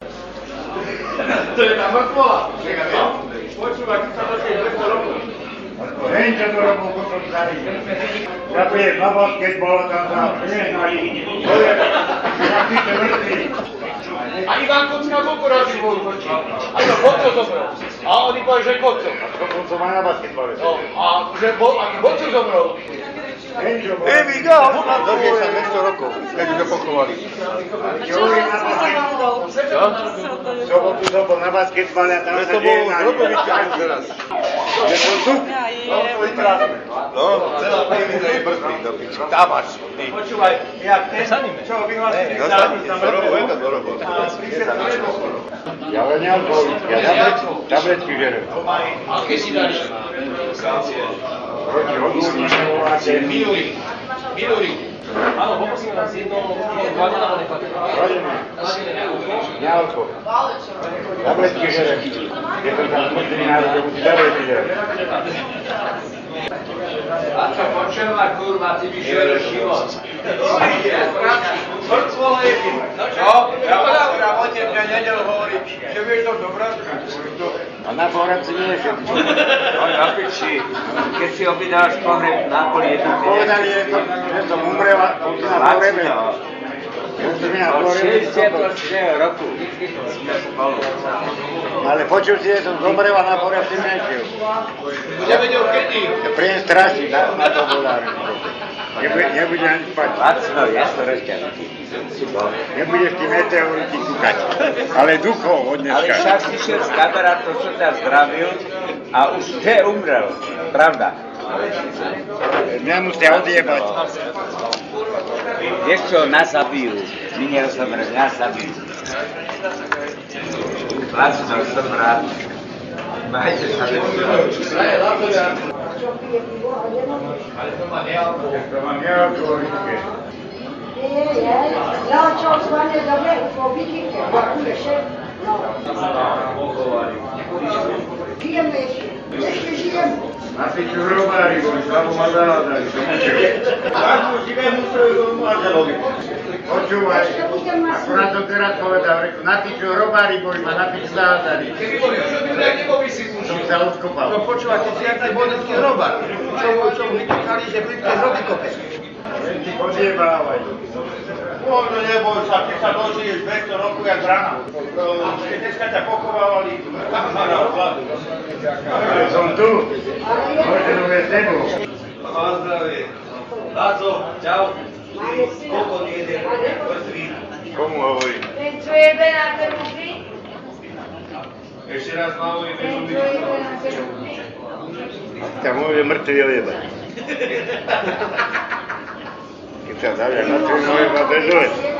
No? Ďakujem, na basket bola tam za prehnali. To je taký tvrdý. A Iván Kucka bol porazil bol voči. A to Boco zomrel. A oni povedali, že Boco. To som aj na basketbale. No, a že bo, a Boco zomrel. Enžo bol. Here we go! Dlhšie sa 200 rokov, keď sme pochovali. Juri na basket. V sobotu som bol na basketbale a tam Že sa to bol deje na... drogovička už teraz. Že to sú? No, celá pejmina je brzdý do piči. Tá máš. Ty. Počúvaj, ja ten, čo vyhlasili No, zápas, tam Dorobo, je to Dorobo. Ja len nealkoholik, ja tabletky, tabletky žerem. A keď si dali? Proti odúrnimu a zemí. Minulý. Minulý. Áno, poprosím vás jedno, dva na Rodina, nealko. Tabletky žerem. Je to tam smutný národ, že musí tabletky žerem. A čo počúva, kurva, ty by šiel život. Čo? Ja v robote mňa nedel hovoriť, že vieš to dobrodka. A na poradci nie je všetko. On na piči, keď si objednáš pohreb na poli jednu Povedali, že som, že som umrel a som na pohrebe. Ja som na Od pohrebe. 60. roku sme spolu. Ale počul si, že som zomrel a na pohrebe nešiel. Ja vedel kedy. Ja príjem strašný na, na to bolár. Nebude, nebude ani spať. Lacno, ja to rozťažím. Nebude v tým meteoriti kúkať. Ale duchov od Ale dneska. však si šiel z kamera, to čo ťa zdravil a už že umrel, pravda. Mňa musia odjebať. Vieš čo, nás zabijú. My nerozumiem, nás zabijú. Lacno, som rád. Majte sa lepšie. To mám nealkoholické. Ja čo zvane da ne pobiti, ako še. Pijem veši, nešto žijem. Na piču hrobári, boli slabo ma dali, som učil. Počúvaj, akurát som teraz povedal, reku, na piču hrobári boli ma, na piču zahádali. Keby boli všude, tak neboli si Som služil. sa odkopal. počúvate, No, si jak ten bodecký robar. Čo mu čo mu vytýkali, že blízke zroby kope. Ti odjebávajú. Ono neboj sa, keď sa dožiješ 200 rokov jak rana. Ehm, Dneska ťa pochovávali tam na hladu. Ale som tu. Možno bez nebol. Má zdravie. Láco, čau. Koľko nejde, mŕtvý. Komu hovorím? Ten čo jebe na trbuši, Ešte raz mám ujme ten čo jebe na trbuši. Ťa môže mŕtvy odjebať. Keď sa zavia na trhu, môže ma bežovať.